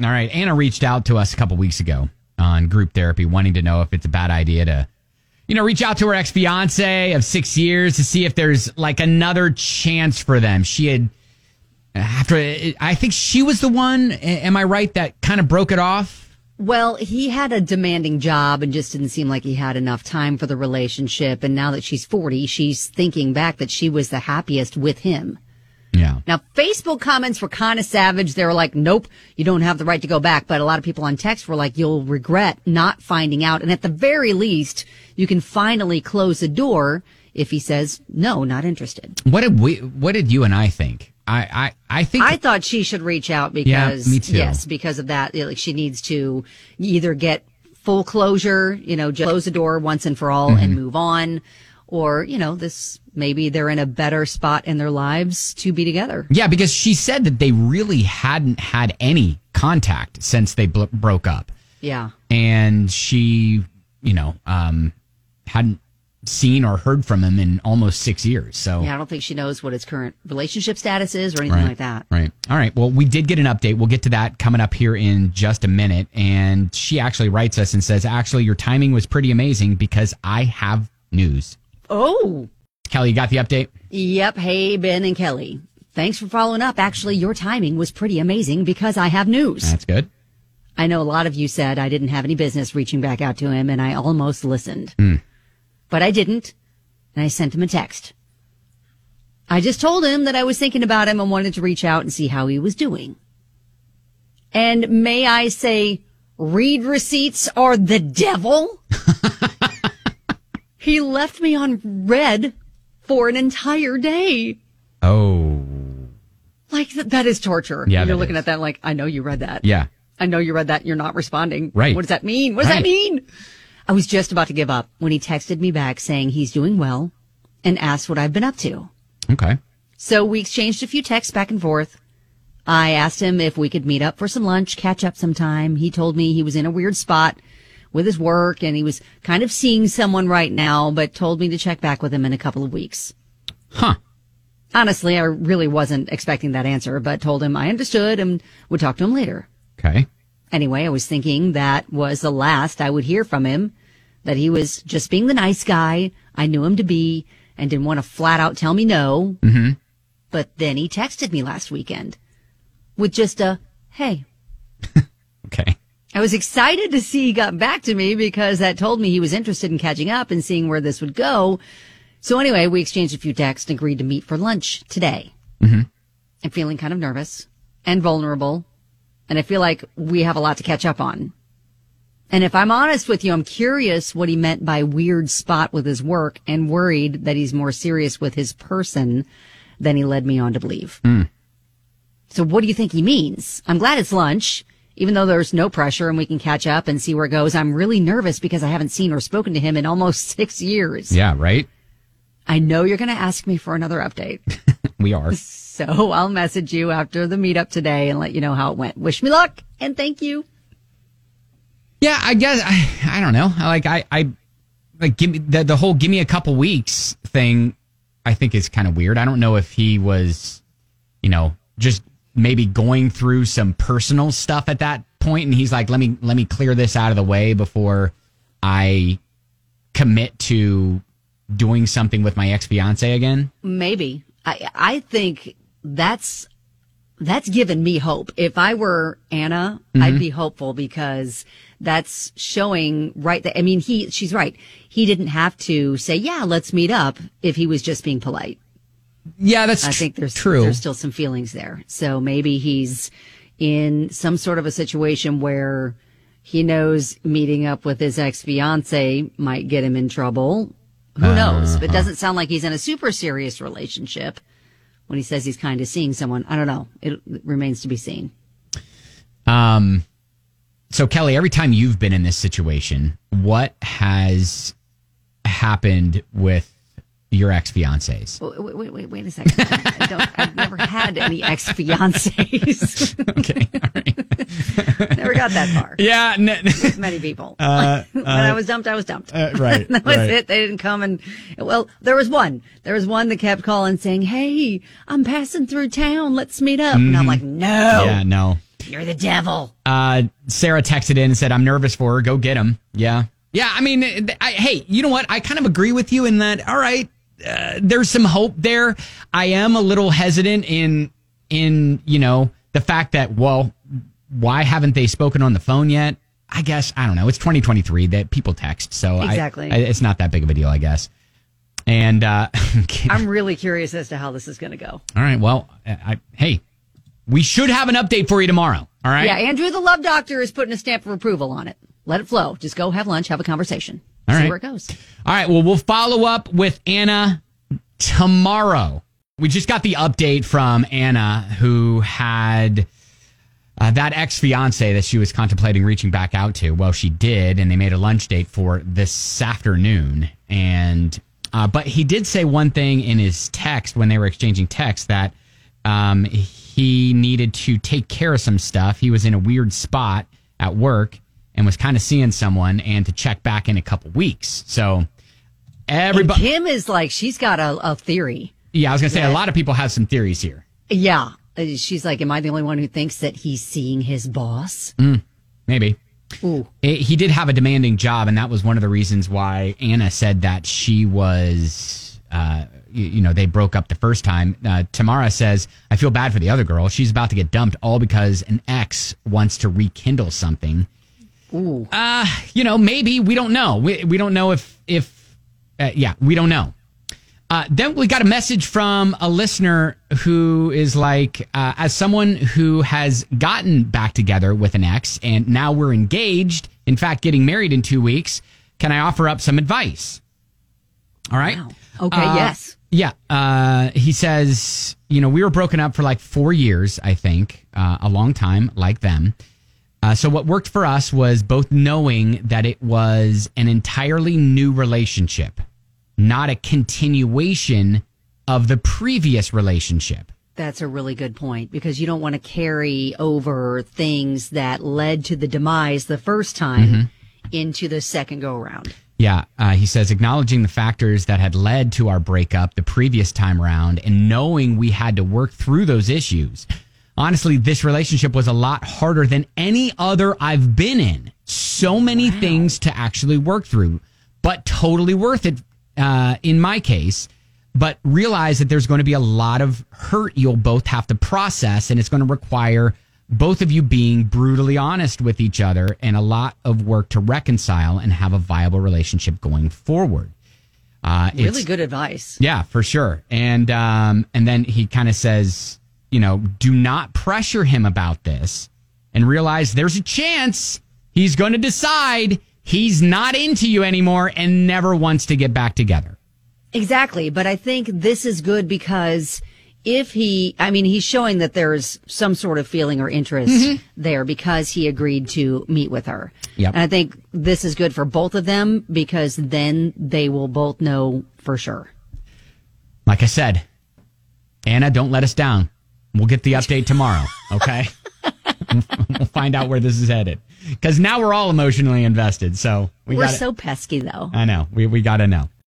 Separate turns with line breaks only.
All right. Anna reached out to us a couple weeks ago on group therapy, wanting to know if it's a bad idea to, you know, reach out to her ex fiance of six years to see if there's like another chance for them. She had, after, I think she was the one, am I right, that kind of broke it off?
Well, he had a demanding job and just didn't seem like he had enough time for the relationship. And now that she's 40, she's thinking back that she was the happiest with him.
Yeah.
Now, Facebook comments were kind of savage. They were like, nope, you don't have the right to go back. But a lot of people on text were like, you'll regret not finding out. And at the very least, you can finally close the door if he says, no, not interested.
What did we, what did you and I think? I, I, I think
I thought she should reach out because,
me too.
yes, because of that. Like she needs to either get full closure, you know, just close the door once and for all
Mm-hmm.
and move on. Or, you know, this maybe they're in a better spot in their lives to be together.
Yeah, because she said that they really hadn't had any contact since they bl- broke up.
Yeah.
And she, you know, um, hadn't seen or heard from him in almost six years. So,
Yeah, I don't think she knows what his current relationship status is or anything like that.
right. All right. Well, we did get an update. We'll get to that coming up here in just a minute. And she actually writes us and says, actually, your timing was pretty amazing because I have news.
Oh,
Kelly, you got the update?
yep. Hey, Ben and Kelly. Thanks for following up. Actually, your timing was pretty amazing because I have news.
That's good.
I know a lot of you said I didn't have any business reaching back out to him, and I almost listened.
Hmm.
But I didn't, and I sent him a text. I just told him that I was thinking about him and wanted to reach out and see how he was doing. And may I say, read receipts are the devil? he left me on red for an entire day.
Oh,
Like, th- that is torture.
Yeah,
You're
that
looking
is.
at that like, I know you read that.
yeah.
I know you read that. You're not responding.
Right.
What does that mean? What does
Right.
that mean? I was just about to give up when he texted me back saying he's doing well and asked what I've been up to.
Okay.
So we exchanged a few texts back and forth. I asked him if we could meet up for some lunch, catch up sometime. He told me he was in a weird spot with his work and he was kind of seeing someone right now, but told me to check back with him in a couple of weeks.
Huh.
Honestly, I really wasn't expecting that answer, but told him I understood and would talk to him later.
Okay.
Anyway, I was thinking that was the last I would hear from him, that he was just being the nice guy I knew him to be and didn't want to flat out tell me no. Mm-hmm. But then he texted me last weekend with just a, hey,
Okay.
I was excited to see he got back to me because that told me he was interested in catching up and seeing where this would go. So anyway, we exchanged a few texts and agreed to meet for lunch today. Mm-hmm. I'm feeling kind of nervous and vulnerable. And I feel like we have a lot to catch up on. And if I'm honest with you, I'm curious what he meant by weird spot with his work and worried that he's more serious with his person than he led me on to believe. So what do you think he means? I'm glad it's lunch, even though there's no pressure and we can catch up and see where it goes. I'm really nervous because I haven't seen or spoken to him in almost six years.
Yeah, right?
I know you're going to ask me for another update.
We are.
So I'll message you after the meetup today and let you know how it went. Wish me luck and thank you.
Yeah, I guess I, I don't know. I Like I, I like give me the, the whole give me a couple weeks thing. I think is kind of weird. I don't know if he was, you know, just maybe going through some personal stuff at that point, and he's like, let me let me clear this out of the way before I commit to doing something with my ex fiance again.
Maybe. I, I think that's, that's given me hope. If I were Anna, I'd be hopeful because that's showing right that, I mean, he, she's right. He didn't have to say, yeah, let's meet up if he was just being polite.
Yeah, that's
I think there's
true.
There's still some feelings there. So maybe he's in some sort of a situation where he knows meeting up with his ex fiance might get him in trouble. Who
Uh-huh.
knows? But it doesn't sound like he's in a super serious relationship when he says he's kind of seeing someone. I don't know. It remains to be seen.
Um, so Kelly, every time you've been in this situation, what has happened with your ex fiancés?
Wait, wait, wait, wait a second. I I don't, I've never had any ex fiancés.
Okay, all right.
never got that far.
yeah, n-
Many people. when I was dumped, I was dumped.
uh, right,
that was it. They didn't come and well, there was one. There was one that kept calling saying, "Hey, I'm passing through town. Let's meet up." And I'm like, "No."
Mm-hmm. Yeah, no.
You're the devil.
Uh, Sarah texted in and said, I'm nervous for her. Go get him. Yeah. Yeah. I mean, I, I- hey, you know what? I kind of agree with you in that, all right, uh, there's some hope there. I am a little hesitant in, in, you know, the fact that, well, why haven't they spoken on the phone yet? I guess, I don't know. It's 2023 that people text. So I-
Exactly.
I, it's not that big of a deal, I guess. And, uh, okay.
I'm really curious as to how this is going to go.
all right. Well, I, I, hey, we should have an update for you tomorrow. All right.
Yeah, Andrew the Love Doctor is putting a stamp of approval on it. Let it flow. Just go have lunch, have a conversation.
All
See
right.
where it goes.
All right. Well, we'll follow up with Anna tomorrow. We just got the update from Anna, who had uh, that ex fiance that she was contemplating reaching back out to. Well, she did, and they made a lunch date for this afternoon. And uh, but he did say one thing in his text when they were exchanging texts that um, he needed to take care of some stuff. He was in a weird spot at work and was kind of seeing someone, and to check back in a couple weeks. So
And
everybody,
Kim is like, she's got a, a theory.
yeah, I was gonna say a lot of people have some theories here.
Yeah. Uh, She's like, am I the only one who thinks that he's seeing his boss?
Mm. Maybe.
Ooh.
It, he did have a demanding job, and that was one of the reasons why Anna said that she was, uh, you, you know, they broke up the first time. Uh, Tamara says, I feel bad for the other girl. She's about to get dumped all because an ex wants to rekindle something.
Ooh.
Uh, you know, maybe. We don't know. We, we don't know if, if uh, yeah, we don't know. Uh, then we got a message from a listener who is like, uh, as someone who has gotten back together with an ex and now we're engaged, in fact, getting married in two weeks, can I offer up some advice? All right.
Wow. Okay,
Uh,
yes.
Yeah. Uh, he says, you know, we were broken up for like four years, I think, uh, a long time, like them. Uh, so what worked for us was both knowing that it was an entirely new relationship, not a continuation of the previous relationship.
That's a really good point because you don't want to carry over things that led to the demise the first time
Mm-hmm.
into the second go around.
Yeah, uh, he says acknowledging the factors that had led to our breakup the previous time round and knowing we had to work through those issues. Honestly, this relationship was a lot harder than any other I've been in. So many things to actually work through, but totally worth it uh, in my case. But realize that there's going to be a lot of hurt you'll both have to process, and it's going to require both of you being brutally honest with each other and a lot of work to reconcile and have a viable relationship going forward. Uh, it's-
Really good advice.
yeah, for sure. And um, and then he kind of says, you know, do not pressure him about this, and realize there's a chance he's going to decide he's not into you anymore and never wants to get back together.
Exactly. But I think this is good because if he, I mean, he's showing that there's some sort of feeling or interest there because he agreed to meet with her.
Mm-hmm. Yep.
And I think this is good for both of them because then they will both know for sure.
Like I said, Anna, don't let us down. We'll get the update tomorrow. Okay. we'll find out where this is headed because now we're all emotionally invested. So we
We're
got
so pesky though.
I know. We we gotta know.